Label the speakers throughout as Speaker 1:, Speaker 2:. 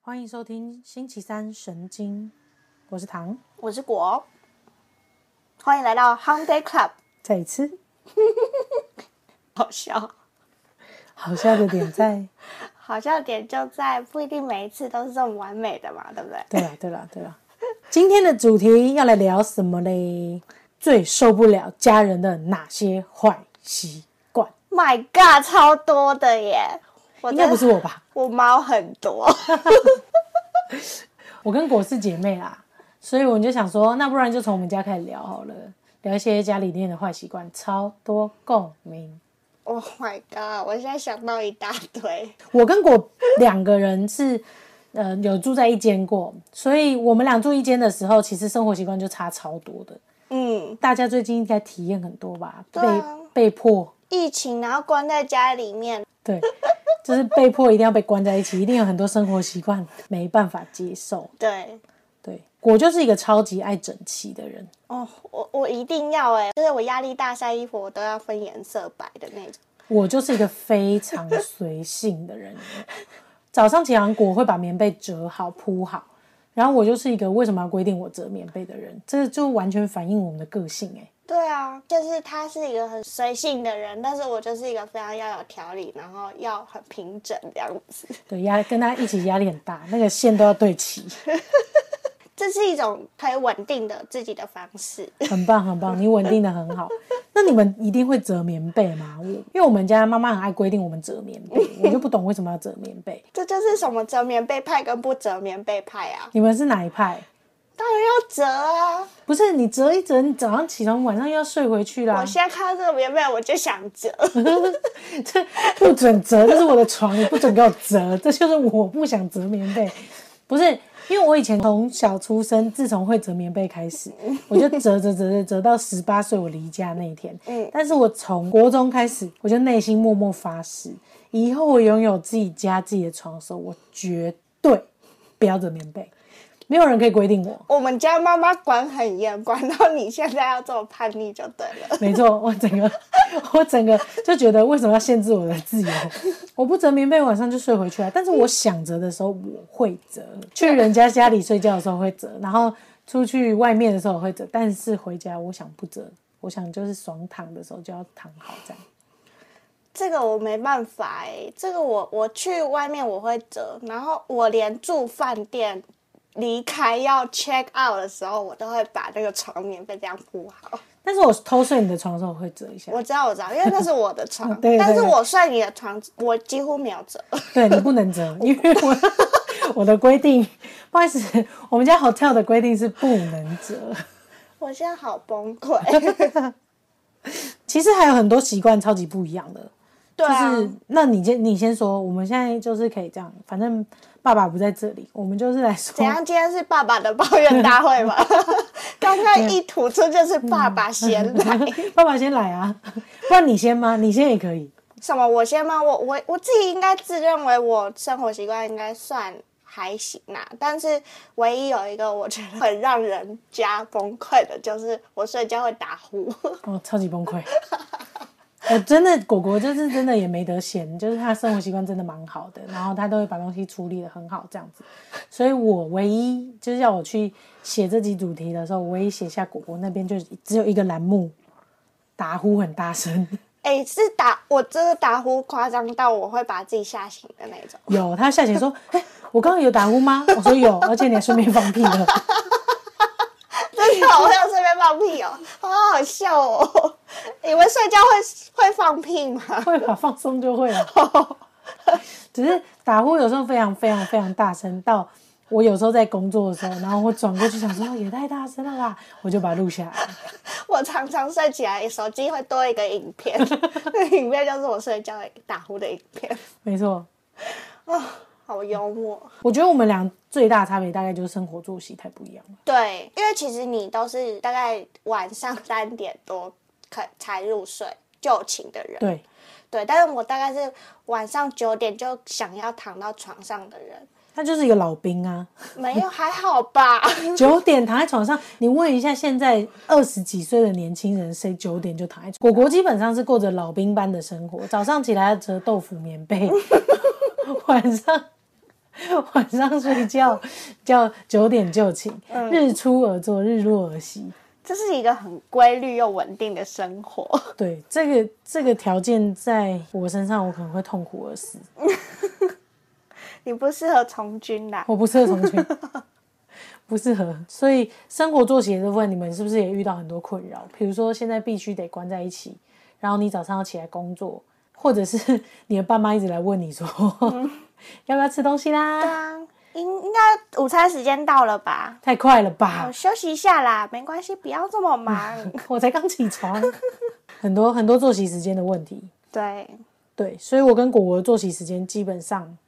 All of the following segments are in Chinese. Speaker 1: 欢迎收听星期三神经，我是唐。
Speaker 2: 我是果，欢迎来到 Home Day Club。
Speaker 1: 再一次，
Speaker 2: 好笑，
Speaker 1: 好笑的点在，
Speaker 2: 好笑点就在不一定每一次都是这么完美的嘛，对不对？
Speaker 1: 对啦对啦对啦。今天的主题要来聊什么嘞？最受不了家人的哪些坏习惯？
Speaker 2: My God，超多的耶！我
Speaker 1: 应
Speaker 2: 真
Speaker 1: 该不
Speaker 2: 的
Speaker 1: 是我吧？
Speaker 2: 我猫很多，
Speaker 1: 我跟果是姐妹啦，所以我就想说，那不然就从我们家开始聊好了，聊一些家里面的坏习惯，超多共鸣。
Speaker 2: Oh my God，我现在想到一大堆。
Speaker 1: 我跟果两个人是，呃，有住在一间过，所以我们俩住一间的时候，其实生活习惯就差超多的。
Speaker 2: 嗯，
Speaker 1: 大家最近应该体验很多吧？被、
Speaker 2: 对啊
Speaker 1: 被迫，
Speaker 2: 疫情然后关在家里面，
Speaker 1: 对，就是被迫一定要被关在一起，一定有很多生活习惯没办法接受。
Speaker 2: 对。
Speaker 1: 对，果就是一个超级爱整齐的人，
Speaker 2: 哦，我我一定要哎、就是我压力大，晒衣服我都要分颜色摆的那种。
Speaker 1: 我就是一个非常随性的人。哦早上起床，果会把棉被折好铺好，然后我就是一个为什么要规定我折棉被的人，这就完全反映我们的个性哎、
Speaker 2: 对啊，就是他是一个很随性的人，但是我就是一个非常要有条理，然后要很平整这样子。
Speaker 1: 对压跟他一起压力很大，那个线都要对齐，
Speaker 2: 这是一种可以稳定的自己的方式。
Speaker 1: 很棒很棒，你稳定的很好。那你们一定会折棉被吗？我因为我们家妈妈很爱规定我们折棉被，我就不懂为什么要折棉被。
Speaker 2: 这就是什么折棉被派跟不折棉被派啊？
Speaker 1: 你们是哪一派？
Speaker 2: 当然要折啊！
Speaker 1: 不是你折一折，你早上起床晚上又要睡回去啦
Speaker 2: 我。现在看到这个棉被，我就想折。
Speaker 1: 这 不准折，这是我的床，你不准给我折，这就是我不想折棉被。不是，因为我以前从小出生，自从会折棉被开始，我就折折折折折到十八岁我离家那一天。嗯，但是我从国中开始，我就内心默默发誓，以后我拥有自己家自己的床的时候，我绝对不要折棉被，没有人可以规定我。
Speaker 2: 我们家妈妈管很严，管到你现在要这么叛逆就对了。
Speaker 1: 没错，我整个我整个就觉得为什么要限制我的自由？我不折棉被，晚上就睡回去啊。但是我想折的时候我会折，去人家家里睡觉的时候会折，然后出去外面的时候我会折，但是回家我想不折，我想就是爽躺的时候就要躺好这样。
Speaker 2: 这个我没办法哎、这个我我去外面我会折，然后我连住饭店。离开要 check out 的时候，我都会把那个床棉被这样铺好。
Speaker 1: 但是我偷睡你的床的时候我会折一下，
Speaker 2: 我知道，我知道，因为那是我的床
Speaker 1: 啊，对对
Speaker 2: 但是
Speaker 1: 对
Speaker 2: 我睡你的床，我几乎没有折。
Speaker 1: 对你不能折，因为我我的规定，不好意思，我们家 hotel 的规定是不能折。
Speaker 2: 我现在好 崩溃。
Speaker 1: 其实还有很多习惯超级不一样的，
Speaker 2: 对啊，
Speaker 1: 就是那你先你先说，我们现在就是可以这样，反正爸爸不在这里，我们就是来
Speaker 2: 怎
Speaker 1: 说，
Speaker 2: 样？今天是爸爸的抱怨大会吗？ 刚刚一吐出就是爸爸先来，
Speaker 1: 爸爸先来啊， 不然你先吗？你先也可以，
Speaker 2: 什么我先吗？我我我自己应该自认为我生活习惯应该算还行啦、但是唯一有一个我觉得很让人家崩溃的，就是我睡觉会打呼。
Speaker 1: 哦，超级崩溃。我真的果果就是真的也没得闲，就是他生活习惯真的蛮好的，然后他都会把东西处理的很好这样子，所以我唯一就是要我去写这集主题的时候，我唯一写下果果那边就只有一个栏目，打呼很大声。
Speaker 2: 哎、是打我真的打呼夸张到我会把自己吓醒的那种。
Speaker 1: 有，他下潜说：“哎、我刚刚有打呼吗？”我说有，而且你还顺便放屁了。
Speaker 2: 真的，我有顺便放屁哦， 好好笑哦！ 你们睡觉会会放屁吗？
Speaker 1: 会吧，放松就会了。 只是打呼有时候非常非常非常大声，到我有时候在工作的时候，然后我转过去想说哦也太大声了吧，我就把它录下来。
Speaker 2: 我常常睡起来，手机会多一个影片， 那影片就是我睡觉打呼的影片，
Speaker 1: 没错，
Speaker 2: 好幽默。
Speaker 1: 我觉得我们俩最大差别大概就是生活作息太不一样了。
Speaker 2: 对，因为其实你都是大概晚上 三点多可才入睡就寝的人，
Speaker 1: 对，
Speaker 2: 对，但是我大概是晚上九点就想要躺到床上的人，
Speaker 1: 他就是一个老兵啊，
Speaker 2: 没有还好吧？
Speaker 1: 九点躺在床上，你问一下现在二十几岁的年轻人，谁九点就躺在床？果果基本上是过着老兵般的生活，早上起来要折豆腐棉被，晚上晚上睡觉叫九点就寝，日出而作，日落而息。
Speaker 2: 这是一个很规律又稳定的生活。
Speaker 1: 对，这个这个条件在我身上，我可能会痛苦而死。
Speaker 2: 你不适合从军啦，
Speaker 1: 我不适合同居，不适合。所以生活作息的部分，你们是不是也遇到很多困扰？比如说现在必须得关在一起，然后你早上要起来工作，或者是你的爸妈一直来问你说、 要不要吃东西
Speaker 2: 对
Speaker 1: 啦？
Speaker 2: 啊，应应该午餐时间到了吧？
Speaker 1: 太快了吧
Speaker 2: 我！休息一下啦，没关系，不要这么 忙。
Speaker 1: 我才刚起床，很多很多作息时间的问题。
Speaker 2: 对，
Speaker 1: 对，所以我跟果果的作息时间基本上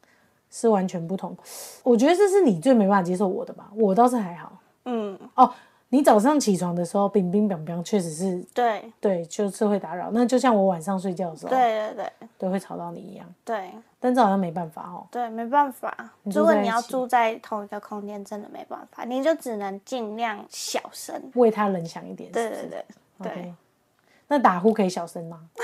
Speaker 1: 是完全不同。我觉得这是你最没办法接受我的吧，我倒是还好。
Speaker 2: 嗯，
Speaker 1: 哦，你早上起床的时候，冰冰冰冰确实是
Speaker 2: 对，
Speaker 1: 对，就是会打扰。那就像我晚上睡觉的时候，
Speaker 2: 对对对
Speaker 1: 对，会吵到你一样。
Speaker 2: 对
Speaker 1: 但这好像没办法哦。
Speaker 2: 对，没办法。
Speaker 1: 住
Speaker 2: 如果
Speaker 1: 在
Speaker 2: 你
Speaker 1: 一
Speaker 2: 要
Speaker 1: 起
Speaker 2: 住在同一个空间，真的没办法，你就只能尽量小声。
Speaker 1: 为他人想一点，
Speaker 2: 对
Speaker 1: 是不
Speaker 2: 对
Speaker 1: 是
Speaker 2: 对
Speaker 1: OK
Speaker 2: 对，
Speaker 1: 那打呼可以小声吗？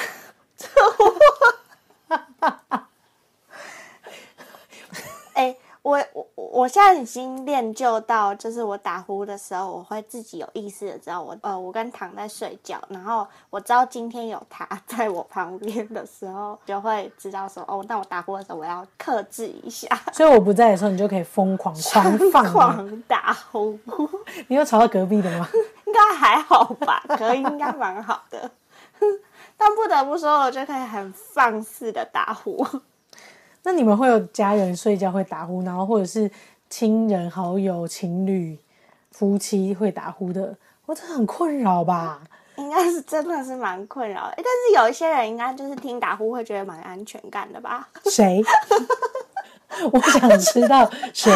Speaker 2: 哎、我我我我现在已经练就到，就是我打呼的时候，我会自己有意识的知道我呃，我跟糖在睡觉，然后我知道今天有他 在我旁边的时候，就会知道说哦，那我打呼的时候我要克制一下，
Speaker 1: 所以我不在的时候，你就可以疯狂狂 放，
Speaker 2: 狂打呼，
Speaker 1: 你有吵到隔壁的吗？
Speaker 2: 应该还好吧？可以，应该蛮好的。 但不得不说，我就可以很放肆的打呼。
Speaker 1: 那你们会有家人睡觉会打呼，然后或者是亲人、好友、情侣、夫妻会打呼的，我这很困扰吧？
Speaker 2: 应该是真的是蛮困扰的，诶但是有一些人应该就是听打呼会觉得蛮安全感的吧？
Speaker 1: 谁？ 我想知道谁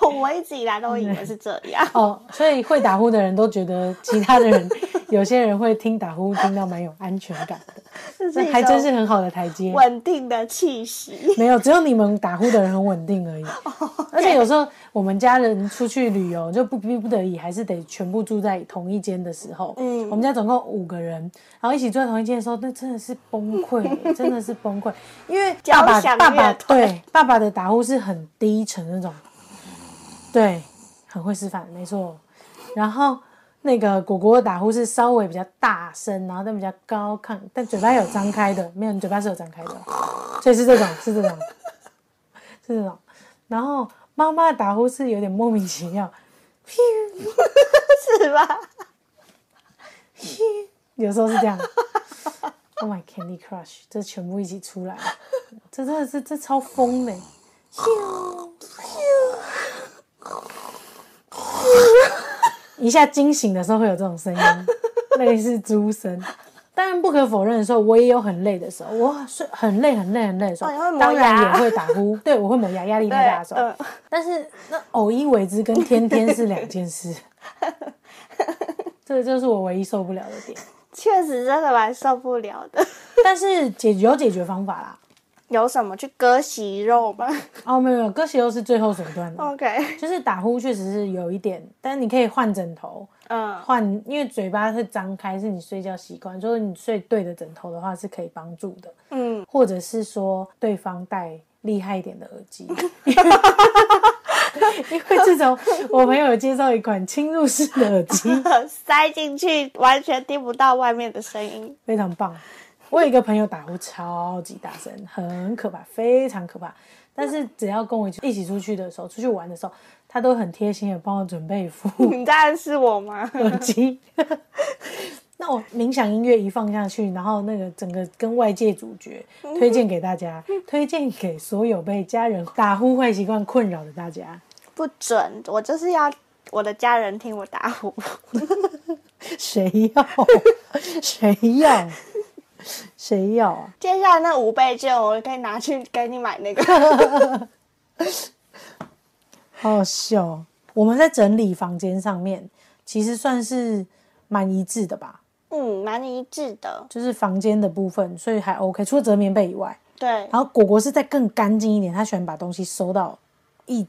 Speaker 2: 我一直以来都以为是这样。
Speaker 1: 哦。所以会打呼的人都觉得其他的人，有些人会听打呼听到蛮有安全感的，
Speaker 2: 这是
Speaker 1: 这
Speaker 2: 一
Speaker 1: 还真是
Speaker 2: 种
Speaker 1: 很好的台阶。
Speaker 2: 稳定的气息。
Speaker 1: 没有，只有你们打呼的人很稳定而已。而且有时候我们家人出去旅游，就不逼不得已，还是得全部住在同一间的时候。嗯，我们家总共五个人，然后一起住在同一间的时候，那真的是崩溃，真的是崩溃。因为
Speaker 2: 交
Speaker 1: 爸爸
Speaker 2: 响
Speaker 1: 爸爸
Speaker 2: 乐团
Speaker 1: 对爸爸的打呼是很低沉那种，对，很会示范，没错。然后那个果果的打呼是稍微比较大声，然后但比较高亢，但嘴巴有张开的，没有，你嘴巴是有张开的，所以是这种，是这种，是这种。然后妈妈的打呼是有点莫名其妙，
Speaker 2: 是吧？
Speaker 1: 有时候是这样。Oh my Candy Crush，这全部一起出来，这真的是这超疯的欸。一下惊醒的时候会有这种声 音，类似猪声。当然不可否认的时候，我也有很累的时候，我是很累很累很累的时候，
Speaker 2: 哦你会磨
Speaker 1: 当然
Speaker 2: 牙
Speaker 1: 也会打呼， 对我会磨牙，压力太大的时候。
Speaker 2: 嗯，
Speaker 1: 但是那偶一为之跟天天是两件 事，这就是我唯一受不了的点。
Speaker 2: 确实真的蛮受不了的。
Speaker 1: 但是解有解决方法啦。
Speaker 2: 有什么去割息肉吗
Speaker 1: 哦，没有没有，歌席又是最后手段
Speaker 2: 哦
Speaker 1: 的，
Speaker 2: ？OK，
Speaker 1: 就是打呼确实是有一点，但你可以换枕头，
Speaker 2: 嗯，
Speaker 1: 换，因为嘴巴是张开，是你睡觉习惯，所以你睡对的枕头的话是可以帮助的。
Speaker 2: 嗯，
Speaker 1: 或者是说对方戴厉害一点的耳机， 因为自从我朋友有介绍一款侵入式的耳机，
Speaker 2: 塞进去完全听不到外面的声音。
Speaker 1: 非常棒。我有一个朋友打呼超级大声，很可怕，非常可怕。但是只要跟我一起出去的时候，出去玩的时候，他都很贴心的帮我准备一副
Speaker 2: 你在暗示我吗？
Speaker 1: 耳机。 那我冥想音乐一放下去，然后那个整个跟外界主角推荐给大家，推荐给所有被家人打呼坏习惯困扰的大家。
Speaker 2: 不准，我就是要我的家人听我打呼。
Speaker 1: 谁要？谁要？谁要啊？
Speaker 2: 接下来那五倍券，我可以拿去给你买那 个。
Speaker 1: 好好笑哦。我们在整理房间上面，其实算是蛮一致的吧，
Speaker 2: 嗯，蛮一致的。
Speaker 1: 就是房间的部分，所以还 OK。除了折棉被以外，
Speaker 2: 对，
Speaker 1: 然后果果是再更干净一点，他喜欢把东西收到一，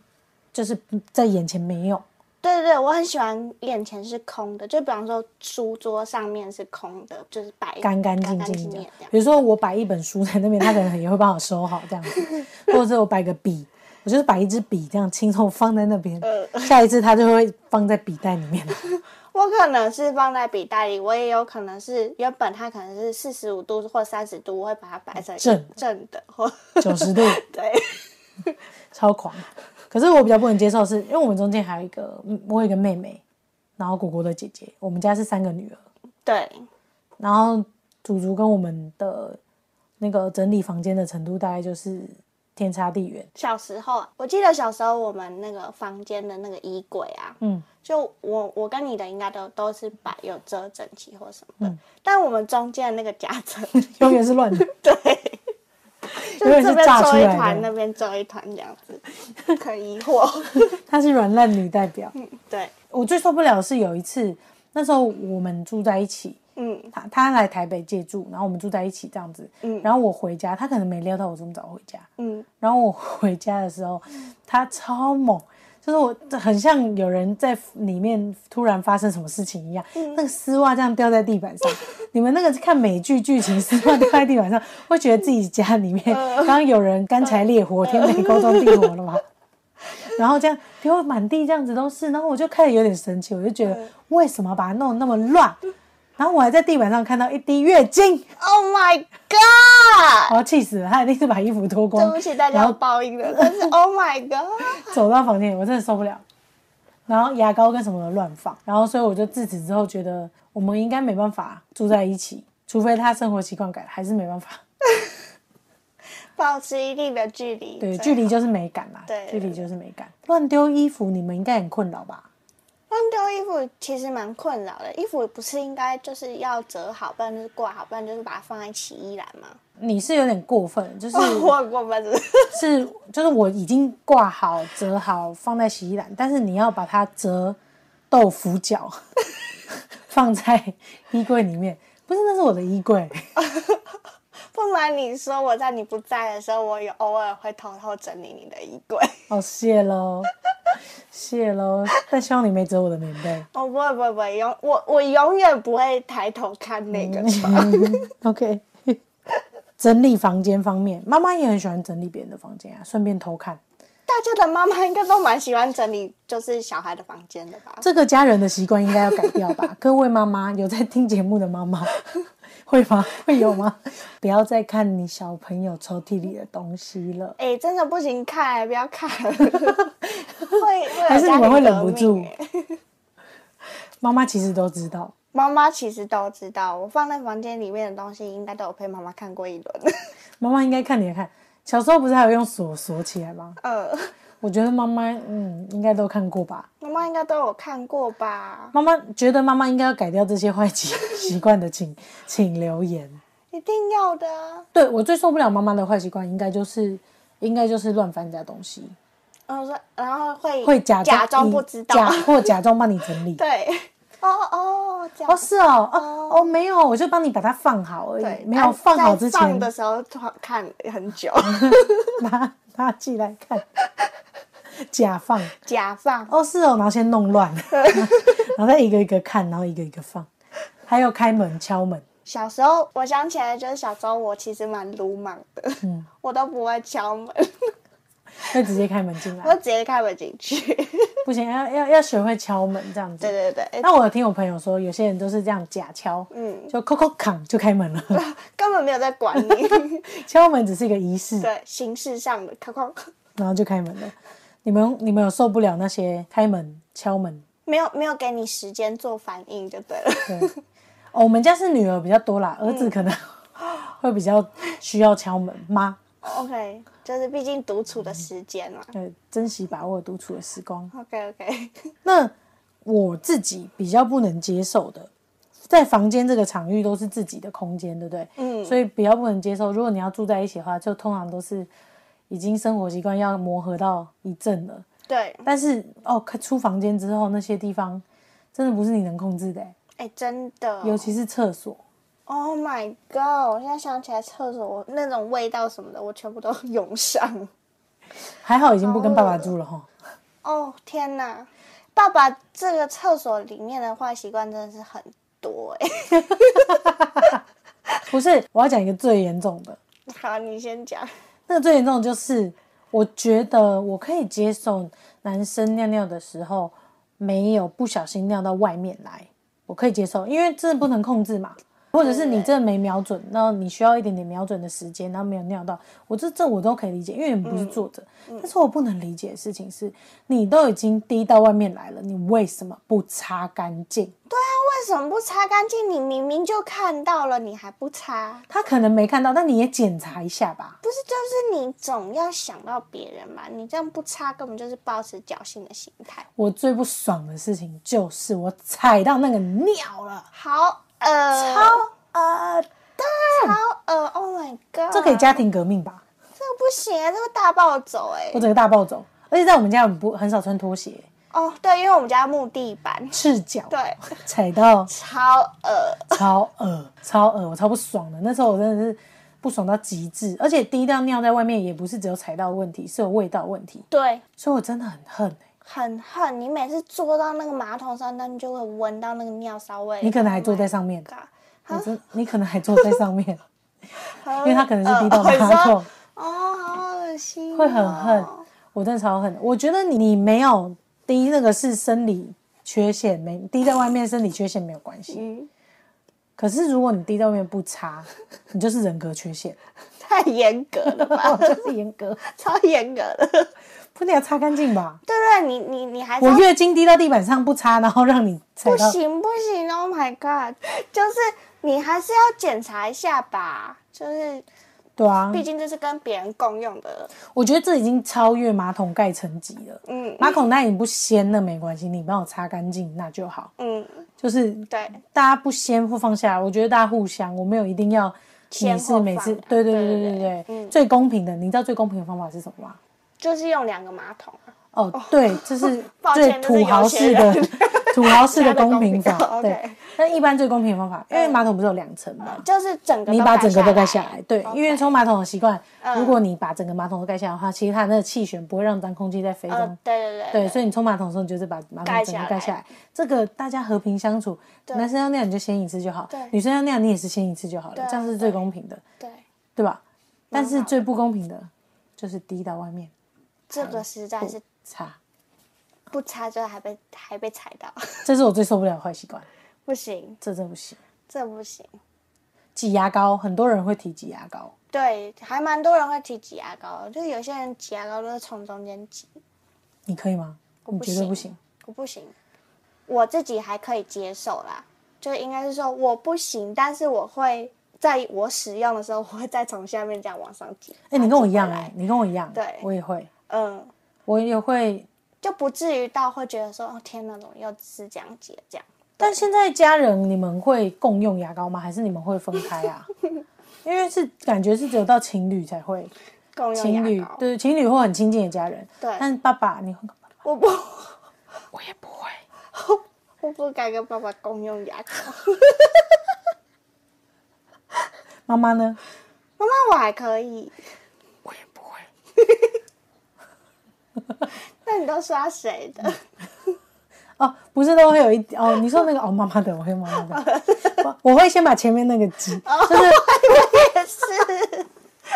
Speaker 1: 就是在眼前没有。
Speaker 2: 对对对，我很喜欢眼前是空的，就比方说书桌上面是空的，就是摆
Speaker 1: 干干净
Speaker 2: 干
Speaker 1: 净
Speaker 2: 净
Speaker 1: 的
Speaker 2: 的这。样
Speaker 1: 比如说我摆一本书在那边，他可能也会帮我收好这样子，或者是我摆个笔，我我就是把一支笔这样轻松放在那边，
Speaker 2: 呃
Speaker 1: 下一次它就会放在笔袋里面了。
Speaker 2: 我可能是放在笔袋里，我也有可能是原本它可能是四十五度或三十度，我会把它摆成
Speaker 1: 正
Speaker 2: 正的或
Speaker 1: 九十度
Speaker 2: 对，
Speaker 1: 超狂，可是我比较不能接受是，因为我们中间还有一个，嗯我有一个妹妹，然后果果的姐姐，我们家是三个女儿，
Speaker 2: 对，
Speaker 1: 然后祖祖跟我们的那个整理房间的程度大概就是天差地远，
Speaker 2: 小时候啊，我记得小时候我们那个房间的那个衣柜啊，
Speaker 1: 嗯，
Speaker 2: 就我我跟你的应该都都是摆有遮整齐或什么的，
Speaker 1: 嗯
Speaker 2: 但我们中间的那个夹 层，
Speaker 1: 永远是乱的。
Speaker 2: 对，就
Speaker 1: 永远
Speaker 2: 是
Speaker 1: 是
Speaker 2: 这边
Speaker 1: 炸出
Speaker 2: 周一
Speaker 1: 来的
Speaker 2: 团，那边周一团这样子，很疑惑，
Speaker 1: 她是软烂女代表。
Speaker 2: 对，
Speaker 1: 我最受不了的是有一次，那时候我们住在一起，
Speaker 2: 嗯
Speaker 1: 她她来台北借住，然后我们住在一起这样子，
Speaker 2: 嗯
Speaker 1: 然后我回家，她可能没料到我这么早回家，
Speaker 2: 嗯，
Speaker 1: 然后我回家的时候，他超猛，就是我很像有人在里面突然发生什么事情一样，
Speaker 2: 嗯
Speaker 1: 那个丝袜这样掉在地板上。 你们那个看美剧剧情，丝袜掉在地板上，会觉得自己家里面
Speaker 2: 嗯
Speaker 1: 刚刚有人干柴烈火，天雷勾动地火了吗？然后这样丢满地这样子都是，然后我就开始有点生气，我就觉得
Speaker 2: 嗯
Speaker 1: 为什么把它弄得那么乱？然后我还在地板上看到一滴月经，
Speaker 2: Oh my god！
Speaker 1: 我要气死了！他一定是把衣服脱光，
Speaker 2: 对不起，大
Speaker 1: 哦然
Speaker 2: 家
Speaker 1: 后
Speaker 2: 报应了，但是 Oh my god！
Speaker 1: 走到房间里，我真的受不了。然后牙膏跟什么的乱放，然后所以我就自此之后觉得我们应该没办法住在一起，除非他生活习惯改了，还是没办法。
Speaker 2: 保持一定的距离，
Speaker 1: 对，
Speaker 2: 最
Speaker 1: 距离
Speaker 2: 好
Speaker 1: 就是美感啦，
Speaker 2: 对
Speaker 1: 距离就是美感。乱丢衣服，你们应该很困扰吧？
Speaker 2: 乱丢衣服其实蛮困扰的，衣服不是应该就是要折好，不然就是挂好，不然就是把它放在洗衣篮 吗？
Speaker 1: 你是有点过分， 就是
Speaker 2: 我我们是
Speaker 1: 是就是我已经挂好、折好放在洗衣篮，但是你要把它折豆腐角放在衣柜里面，不是那是我的衣柜。
Speaker 2: 不瞒你说，我在你不在的时候，我有偶尔会偷偷整理你的衣柜。
Speaker 1: 哦，谢喽，谢喽。但希望你没折我的棉被。
Speaker 2: 我哦不会不会不会，永我我永远不会抬头看那个
Speaker 1: 嗯
Speaker 2: 床。
Speaker 1: OK。整理房间方面，妈妈也很喜欢整理别人的房间啊，顺便偷看。
Speaker 2: 大家的妈妈应该都蛮喜欢整理，就是小孩的房间的吧？
Speaker 1: 这个家人的习惯应该要改掉 吧？各位妈妈，有在听节目的妈 妈，会吗？会有吗？不要再看你小朋友抽屉里的东西了。
Speaker 2: 哎、真的不行看、不要看， 会会有
Speaker 1: 还是你们会忍不
Speaker 2: 家庭革
Speaker 1: 住
Speaker 2: 命欸
Speaker 1: 妈妈其实都知道，
Speaker 2: 妈妈其实都知道，我放在房间里面的东西应该都有被妈妈看过一轮。
Speaker 1: 妈妈应该看你的看。小时候不是还有用锁锁起来吗？
Speaker 2: 呃，
Speaker 1: 我觉得妈妈，嗯，应该都看过吧。
Speaker 2: 妈妈应该都有看过吧？
Speaker 1: 妈妈觉得妈妈应该要改掉这些坏习习惯的请，请留言。
Speaker 2: 一定要的啊。
Speaker 1: 对我最受不了妈妈的坏习惯，应该就是应该就是乱翻人家东西，
Speaker 2: 然后说，然后会
Speaker 1: 会假
Speaker 2: 假装
Speaker 1: 你
Speaker 2: 不知道
Speaker 1: 假。或假装帮你整理。
Speaker 2: 对，哦哦，这
Speaker 1: 哦，
Speaker 2: 样。
Speaker 1: 是哦，哦哦，没有，我就帮你把它放好而
Speaker 2: 对
Speaker 1: 已，，没有
Speaker 2: 啊
Speaker 1: 放好
Speaker 2: 在
Speaker 1: 之
Speaker 2: 放
Speaker 1: 前
Speaker 2: 的时候突然看很久，
Speaker 1: 拿拿起来看，假放。
Speaker 2: 假放。
Speaker 1: 哦，是哦，然后先弄乱， 然后再一个一个看，然后一个一个放，还有开门敲门。
Speaker 2: 小时候，我想起来，就是小时候我其实蛮鲁莽的，
Speaker 1: 嗯
Speaker 2: 我都不会敲门，
Speaker 1: 会直接开门进
Speaker 2: 我
Speaker 1: 来，
Speaker 2: 直接开门进去。
Speaker 1: 不行，要要要学会敲门这样子。
Speaker 2: 对对对，
Speaker 1: 那我有听我朋友说，有些人都是这样假敲，
Speaker 2: 嗯
Speaker 1: 就扣扣扛就开门了，
Speaker 2: 根本没有在管你。
Speaker 1: 敲门只是一个仪式，
Speaker 2: 对，形式上的，框框
Speaker 1: 然后就开门了。你们你们有受不了那些开门敲门？
Speaker 2: 没有没有给你时间做反应就对了。
Speaker 1: 对，哦，我们家是女儿比较多啦，儿子可能 会比较需要敲门妈。
Speaker 2: OK，就是毕竟独处的时间嘛。
Speaker 1: 对，呃珍惜把握独处的时光。
Speaker 2: OK OK，
Speaker 1: 那我自己比较不能接受的，在房间这个场域都是自己的空间，对不对？
Speaker 2: 嗯
Speaker 1: 所以比较不能接受。如果你要住在一起的话，就通常都是已经生活习惯要磨合到一阵了。
Speaker 2: 对，
Speaker 1: 但是哦，开出房间之后，那些地方真的不是你能控制的欸、
Speaker 2: 哎、真的。
Speaker 1: 尤其是厕所。
Speaker 2: Oh my god！我现在想起来厕所我那种味道什么的，我全部都 涌上。
Speaker 1: 还好已经不跟爸爸住了哈。
Speaker 2: 哦天哪，爸爸这个厕所里面的坏习惯真的是很多哎、
Speaker 1: 不是，我要讲一个最严重的，
Speaker 2: 好，你先讲。
Speaker 1: 那个最严重的就是我觉得我可以接受男生尿尿的时候没有不小心尿到外面来，我可以接受，因为真的不能控制嘛。或者是你真的没瞄准，然后你需要一点点瞄准的时间，然后没有尿到，我这这我都可以理解，因为你不是坐着。但是我不能理解的事情是，你都已经滴到外面来了，你为什么不擦干净？
Speaker 2: 为什么不擦干净？你明明就看到了，你还不擦？
Speaker 1: 他可能没看到，但你也检查一下吧。
Speaker 2: 不是，就是你总要想到别人嘛，你这样不擦，根本就是抱持侥幸的心态，
Speaker 1: 我最不爽的事情就是我踩到那个尿了，
Speaker 2: 好呃，
Speaker 1: 超
Speaker 2: 呃，超呃，Oh my god，
Speaker 1: 这可以家庭革命吧？
Speaker 2: 这个不行啊，这个大暴走哎、
Speaker 1: 我整个大暴走，而且在我们家很不很少穿拖鞋，
Speaker 2: 哦，对，因为我们家木地板，
Speaker 1: 赤脚，
Speaker 2: 对，
Speaker 1: 踩到
Speaker 2: 超呃，
Speaker 1: 超恶，超恶，我超不爽的。那时候我真的是不爽到极致，而且第一道尿在外面也不是只有踩到的问题，是有味道的问题，
Speaker 2: 对，
Speaker 1: 所以我真的很恨、欸。
Speaker 2: 很恨你每次坐到那个马桶上，那你就会闻到那个尿骚味。
Speaker 1: 你可能还坐在
Speaker 2: Oh
Speaker 1: 上面
Speaker 2: my，god，
Speaker 1: 我真，你可能还坐在上面，因为他可能是滴到
Speaker 2: 呃
Speaker 1: 马
Speaker 2: 你
Speaker 1: 桶
Speaker 2: 说，哦，好恶心、哦
Speaker 1: 会很恨。。我真的超恨的。我觉得你你没有滴那个是生理缺陷，没滴在外面生理缺陷没有关系。
Speaker 2: 嗯，
Speaker 1: 可是如果你滴在外面不 擦，你就是人格缺陷，
Speaker 2: 太严格了吧
Speaker 1: 我，就是严格，
Speaker 2: 超严格的。对
Speaker 1: 不得要擦干净吧？
Speaker 2: 对，你你你还是
Speaker 1: 我
Speaker 2: 要
Speaker 1: 月经滴到地板上不擦，然后让你踩
Speaker 2: 哎不
Speaker 1: 到，
Speaker 2: 行不行，Oh my god，就是你还是要检查一下吧，就是
Speaker 1: 对啊，
Speaker 2: 毕竟这是跟别人共用的，
Speaker 1: 我觉得这已经超越马桶盖层级了。
Speaker 2: 嗯
Speaker 1: 马桶盖你不掀那没关系，你帮我擦干净那就好。
Speaker 2: 嗯，
Speaker 1: 就是
Speaker 2: 对，
Speaker 1: 大家不先不放下来，我觉得大家互相，我没有一定要
Speaker 2: 先
Speaker 1: 每
Speaker 2: 后
Speaker 1: 次
Speaker 2: 放
Speaker 1: 每次
Speaker 2: 啊，
Speaker 1: 对对
Speaker 2: 对
Speaker 1: 对
Speaker 2: 对
Speaker 1: 对对
Speaker 2: 对
Speaker 1: 对，
Speaker 2: 嗯
Speaker 1: 最公平的，你知道最公平的方法是什么吗？
Speaker 2: 就是用两个马桶啊。
Speaker 1: 哦，对，这是
Speaker 2: 抱
Speaker 1: 最
Speaker 2: 歉这是
Speaker 1: 土豪
Speaker 2: 有钱
Speaker 1: 式的 土豪式的
Speaker 2: 家的
Speaker 1: 公
Speaker 2: 公
Speaker 1: 平
Speaker 2: 平
Speaker 1: 法，
Speaker 2: OK
Speaker 1: 对。但一般最公平的方法，因为
Speaker 2: 嗯
Speaker 1: 马桶不是有两层嘛，
Speaker 2: 就是整个
Speaker 1: 你把整个都盖
Speaker 2: 盖
Speaker 1: 下来，对，因为
Speaker 2: OK
Speaker 1: 冲马桶的习惯，
Speaker 2: 嗯
Speaker 1: 如果你把整个马桶都盖下来的话，其实它那个气旋不会让脏空气在飞
Speaker 2: 呃
Speaker 1: 中，，
Speaker 2: 对对
Speaker 1: 对，所以你冲马桶的时候，你就是把马桶整个盖下
Speaker 2: 盖下
Speaker 1: 来。这个大家和平相处，男生要那样你就先一次就好
Speaker 2: 对，
Speaker 1: 女生要那样你也是先一次就好了
Speaker 2: 对，
Speaker 1: 这样是最公平的，
Speaker 2: 对，
Speaker 1: 对吧？但是最不公平的就是滴到外面
Speaker 2: 这个实在是
Speaker 1: 擦，
Speaker 2: 不擦就还被还被踩到，
Speaker 1: 这是我最受不了的坏习惯，
Speaker 2: 不行，
Speaker 1: 这真不行。
Speaker 2: 这不行。
Speaker 1: 挤牙膏，很多人会提挤牙膏，
Speaker 2: 对，还蛮多人会提挤牙膏的，就是有些人挤牙膏都是从中间挤，
Speaker 1: 你可以吗？
Speaker 2: 我
Speaker 1: 你
Speaker 2: 不
Speaker 1: 绝对不
Speaker 2: 行
Speaker 1: 行。
Speaker 2: 我不行，我自己还可以接受啦，就应该是说我不行，但是我会在我使用的时候，我会再从下面这样往上挤。
Speaker 1: 哎，你跟我一样
Speaker 2: 把它
Speaker 1: 哎
Speaker 2: 挤回来，
Speaker 1: 你跟我一样，
Speaker 2: 对
Speaker 1: 我也会，
Speaker 2: 嗯，
Speaker 1: 我也会
Speaker 2: 就不至于到会觉得说，哦天哪，怎么又是这样挤了这样？
Speaker 1: 但现在家人你们会共用牙膏吗？还是你们会分开 啊？因为是感觉是只有到情侣才会，
Speaker 2: 共用
Speaker 1: 情
Speaker 2: 牙
Speaker 1: 侣
Speaker 2: 膏，
Speaker 1: 对情侣或很亲近的家人。
Speaker 2: 对
Speaker 1: 但爸爸你会跟爸爸，
Speaker 2: 我不，
Speaker 1: 我也不会。
Speaker 2: 我不敢跟爸爸共用牙膏。
Speaker 1: 妈妈呢？
Speaker 2: 妈妈，我还可以。
Speaker 1: 我也不会。
Speaker 2: 那你都刷谁的？
Speaker 1: 哦，不是都会有一哦，你说那个哦，妈妈的，我会妈妈的， 我我会先把前面那个挤，就是
Speaker 2: 也是，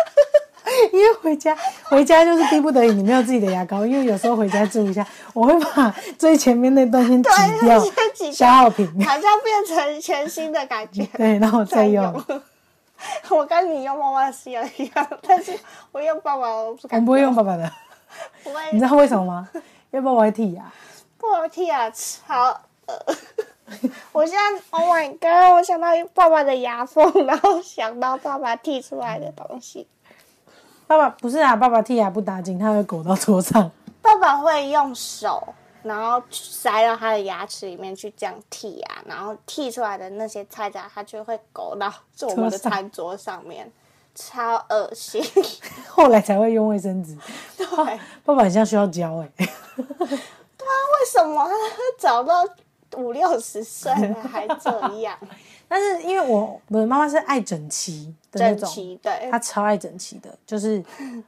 Speaker 1: 因为回家回家就是逼不得已，你没有自己的牙膏，因为有时候回家住一下，我会把最前面那段先挤
Speaker 2: 对
Speaker 1: 掉
Speaker 2: 先，挤掉
Speaker 1: 消耗品，
Speaker 2: 好像变成全新的感觉。
Speaker 1: 对，然后再用。。
Speaker 2: 我跟你用妈妈的是有一样，但是我用爸爸，我不
Speaker 1: 我
Speaker 2: 敢。
Speaker 1: 们不会用爸爸的，
Speaker 2: 不会，
Speaker 1: 你知道为什么吗？因为爸爸会剔牙。
Speaker 2: 我天啊，超恶！我现在，Oh my god！我想到爸爸的牙缝，然后想到爸爸剔出来的东西。
Speaker 1: 爸爸不是啊，爸爸剔牙不打紧，他会狗到桌上。
Speaker 2: 爸爸会用手，然后塞到他的牙齿里面去这样剔牙，然后剔出来的那些菜渣，他就会勾到就我们的
Speaker 1: 桌上
Speaker 2: 餐桌上面，超恶心。
Speaker 1: 后来才会用卫生纸。
Speaker 2: 对，为
Speaker 1: 爸爸很像需要教哎、
Speaker 2: 什么他找到五六十岁了还这样？
Speaker 1: 但是因为我我的妈妈是爱整齐的 那
Speaker 2: 整
Speaker 1: 种，
Speaker 2: 齐对
Speaker 1: 她，超爱整齐的，就是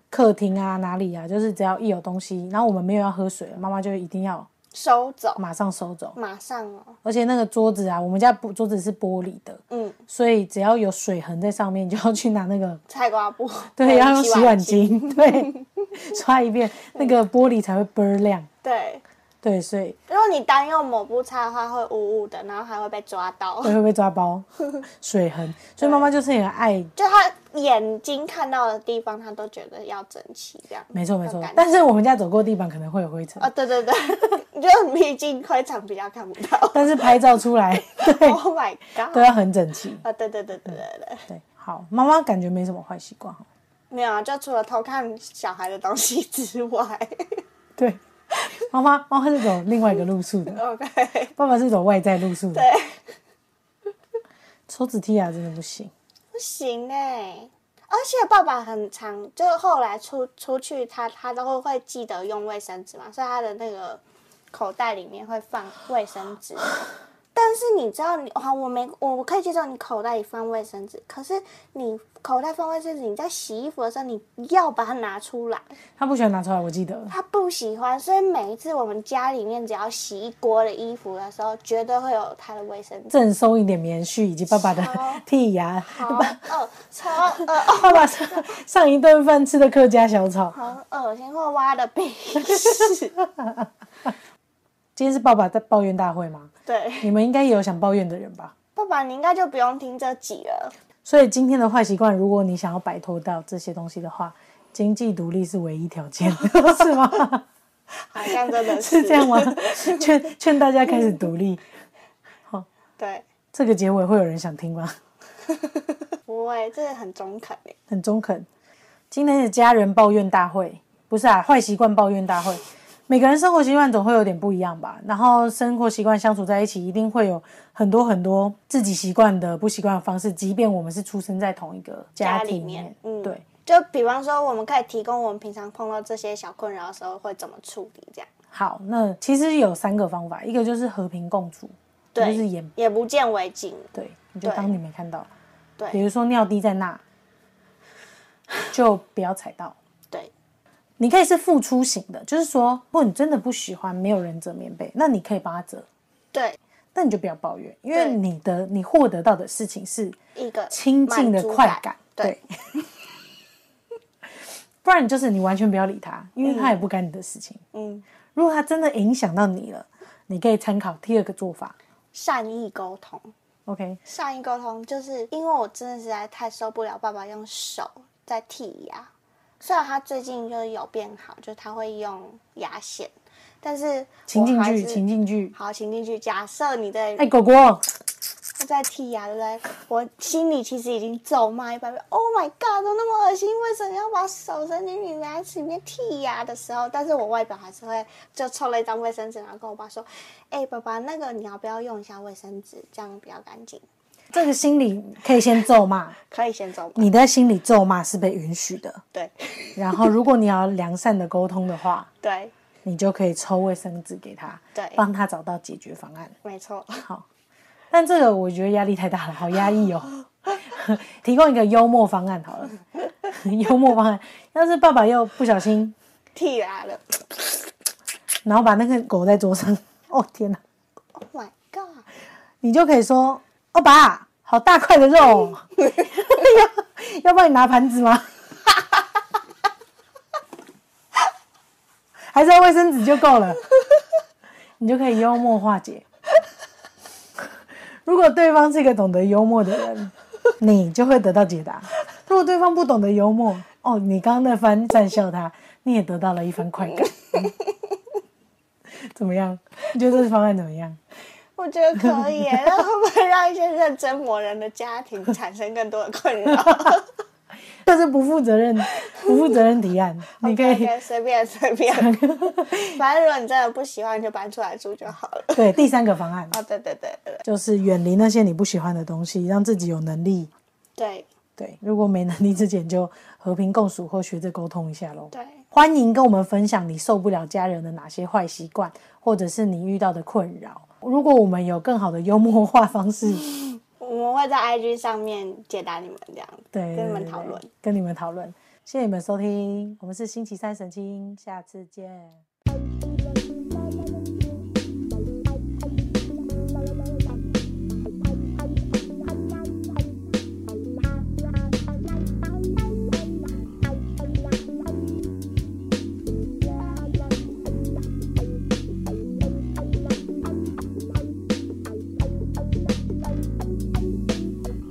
Speaker 1: 客厅啊哪里啊，就是只要一有东西，然后我们没有要喝水了，妈妈就一定要
Speaker 2: 收走，
Speaker 1: 马上收走。
Speaker 2: 马上哦，
Speaker 1: 而且那个桌子啊，我们家不桌子是玻璃的，
Speaker 2: 嗯，
Speaker 1: 所以只要有水痕在上面，你就要去拿那 个
Speaker 2: 菜瓜布，
Speaker 1: 对，要用洗碗
Speaker 2: 机，
Speaker 1: 巾， 对，刷一遍，那个玻璃才会倍儿亮。
Speaker 2: 对。
Speaker 1: 对，所以
Speaker 2: 如果你单用抹布擦的话，会雾雾的，然后还会被抓到。
Speaker 1: 会被抓包水痕，所以妈妈就是很爱，
Speaker 2: 就他眼睛看到的地方，他都觉得要整齐这样。
Speaker 1: 没错没错
Speaker 2: 感。觉
Speaker 1: 但是我们家走过的地板可能会有灰尘，
Speaker 2: 哦，对对对， 就毕竟灰尘比较看不到。
Speaker 1: 但是拍照出 来
Speaker 2: Oh my god！
Speaker 1: 都要很整齐。
Speaker 2: 啊，对对对对对对，
Speaker 1: 对，好，妈妈感觉没什么坏习惯哦
Speaker 2: 没有啊，就除了偷看小孩的东西之外
Speaker 1: 对， 妈妈妈妈是走另外一个路数的，
Speaker 2: ，OK，
Speaker 1: 爸爸是走外在路数的。
Speaker 2: 对，
Speaker 1: 抽纸剔牙真的不行，
Speaker 2: 不行哎、而且爸爸很常，就是后来出出去他，他都会记得用卫生纸嘛，所以他的那个口袋里面会放卫生纸。但是你知道你，好，我没，我我可以接受你口袋里放卫生纸，可是你口袋放卫生纸，你在洗衣服的时候，你要把它拿出来。
Speaker 1: 他不喜欢拿出来，我记得。
Speaker 2: 他不喜欢，所以每一次我们家里面只要洗一锅的衣服的时候，绝对会有他的卫 生纸。
Speaker 1: 赠送一点棉絮以及爸爸的
Speaker 2: 超
Speaker 1: 剔牙，
Speaker 2: 好饿，超饿，哦
Speaker 1: 爸爸上上一顿饭吃的客家小炒。
Speaker 2: 好恶心，会挖的 鼻屎。
Speaker 1: 今天是爸爸在抱怨大会吗？
Speaker 2: 对，
Speaker 1: 你们应该也有想抱怨的人吧？
Speaker 2: 爸爸，你应该就不用听这集了。
Speaker 1: 所以今天的坏习惯，如果你想要摆脱掉这些东西的话，经济独立是唯一条件， 是吗？
Speaker 2: 好像真的是
Speaker 1: 是这样吗？劝劝大家开始独立，
Speaker 2: 对，
Speaker 1: 这个结尾会有人想听吗？
Speaker 2: 不会，这个很中肯欸诶。
Speaker 1: 很中肯。今天的家人抱怨大会不是啊，坏习惯抱怨大会。每个人生活习惯总会有点不一样吧，然后生活习惯相处在一起，一定会有很多很多自己习惯的、不习惯的方式。即便我们是出生在同一个家
Speaker 2: 里
Speaker 1: 庭
Speaker 2: 面嗯
Speaker 1: 对，
Speaker 2: 就比方说，我们可以提供我们平常碰到这些小困扰的时候会怎么处理，这样。
Speaker 1: 好，那其实有三个方法，一个就是和平共处，
Speaker 2: 对，
Speaker 1: 就是眼
Speaker 2: 也不见为净。
Speaker 1: 对，你就
Speaker 2: 对
Speaker 1: 当你没看到。
Speaker 2: 对
Speaker 1: 比如说尿滴在那，就不要踩到。
Speaker 2: 对，
Speaker 1: 你可以是付出型的，就是说，如果你真的不喜欢没有人折棉被，那你可以帮他折，
Speaker 2: 对，
Speaker 1: 但你就不要抱怨，因
Speaker 2: 对
Speaker 1: 为你的你获得到的事情是
Speaker 2: 一个
Speaker 1: 亲近的
Speaker 2: 满足
Speaker 1: 快
Speaker 2: 感。
Speaker 1: 感，
Speaker 2: 对，
Speaker 1: 不然就是你完全不要理他，因为他也不干你的事情。
Speaker 2: 嗯，
Speaker 1: 如果他真的影响到你了，你可以参考第二个做法。
Speaker 2: 善意沟通。
Speaker 1: OK，
Speaker 2: 善意沟通，就是因为我真的实在太受不了爸爸用手在剔牙。虽然他最近就是有变好，就是他会用牙线，但是
Speaker 1: 情
Speaker 2: 我
Speaker 1: 境
Speaker 2: 还
Speaker 1: 剧，
Speaker 2: 是
Speaker 1: 情境剧。
Speaker 2: 好情境剧。假设你在、
Speaker 1: 哎，果果，
Speaker 2: 在剔牙，对不对？我心里其实已经咒骂一百遍，Oh my god，都那么恶心，为什么要把手伸进你牙齿里面剔牙的时候？但是我外表还是会就抽了一张卫生纸，然后跟我爸说：“哎、爸爸，那个你要不要用一下卫生纸，这样比较干净？
Speaker 1: 这个心里可以先咒骂，
Speaker 2: 可以先走吗？”
Speaker 1: 你在心里咒骂是被允许的。
Speaker 2: 对。
Speaker 1: 然后，如果你要良善的沟通的话，
Speaker 2: 对，
Speaker 1: 你就可以抽卫生纸给他，
Speaker 2: 对
Speaker 1: 帮他找到解决方案。
Speaker 2: 没错，
Speaker 1: 好，但这个我觉得压力太大了，好压抑哦。 提供一个幽默方案好了， 幽默方案，要是爸爸又不小心，
Speaker 2: 剃牙了。
Speaker 1: 然后把那个狗在桌上，哦天哪，
Speaker 2: Oh my god！
Speaker 1: 你就可以说：“哦爸，好大块的肉哦，要要帮你拿盘子吗？” 还是要卫生纸就够了，你就可以幽默化解。如果对方是一个懂得幽默的人，你就会得到解答；如果对方不懂得幽默，哦，你刚刚那番赞笑他，你也得到了一番快感。嗯怎么样？你觉得这个方案怎么样？
Speaker 2: 我觉得可以耶，那会不会让一些认真磨人的家庭产生更多的困扰？
Speaker 1: 这是不负责任、不负责任提案。 你可以
Speaker 2: OK，OK，随便随 便，反正如果你真的不喜欢，你就搬出来住就好了。
Speaker 1: 对第三个方案
Speaker 2: 哦，对对对对
Speaker 1: 就是远离那些你不喜欢的东西，让自己有能力。
Speaker 2: 对
Speaker 1: 对，如果没能力之前，就和平共处或学着沟通一下喽。
Speaker 2: 对，
Speaker 1: 欢迎跟我们分享你受不了家人的哪些坏习惯，或者是你遇到的困扰。如果我们有更好的幽默化方式，
Speaker 2: 我们会在 IG 上面解答你们这样，
Speaker 1: 对，
Speaker 2: 跟你们
Speaker 1: 对
Speaker 2: 讨论。，
Speaker 1: 对对跟你们讨论。谢谢你们收听，我们是星期三神经，下次见。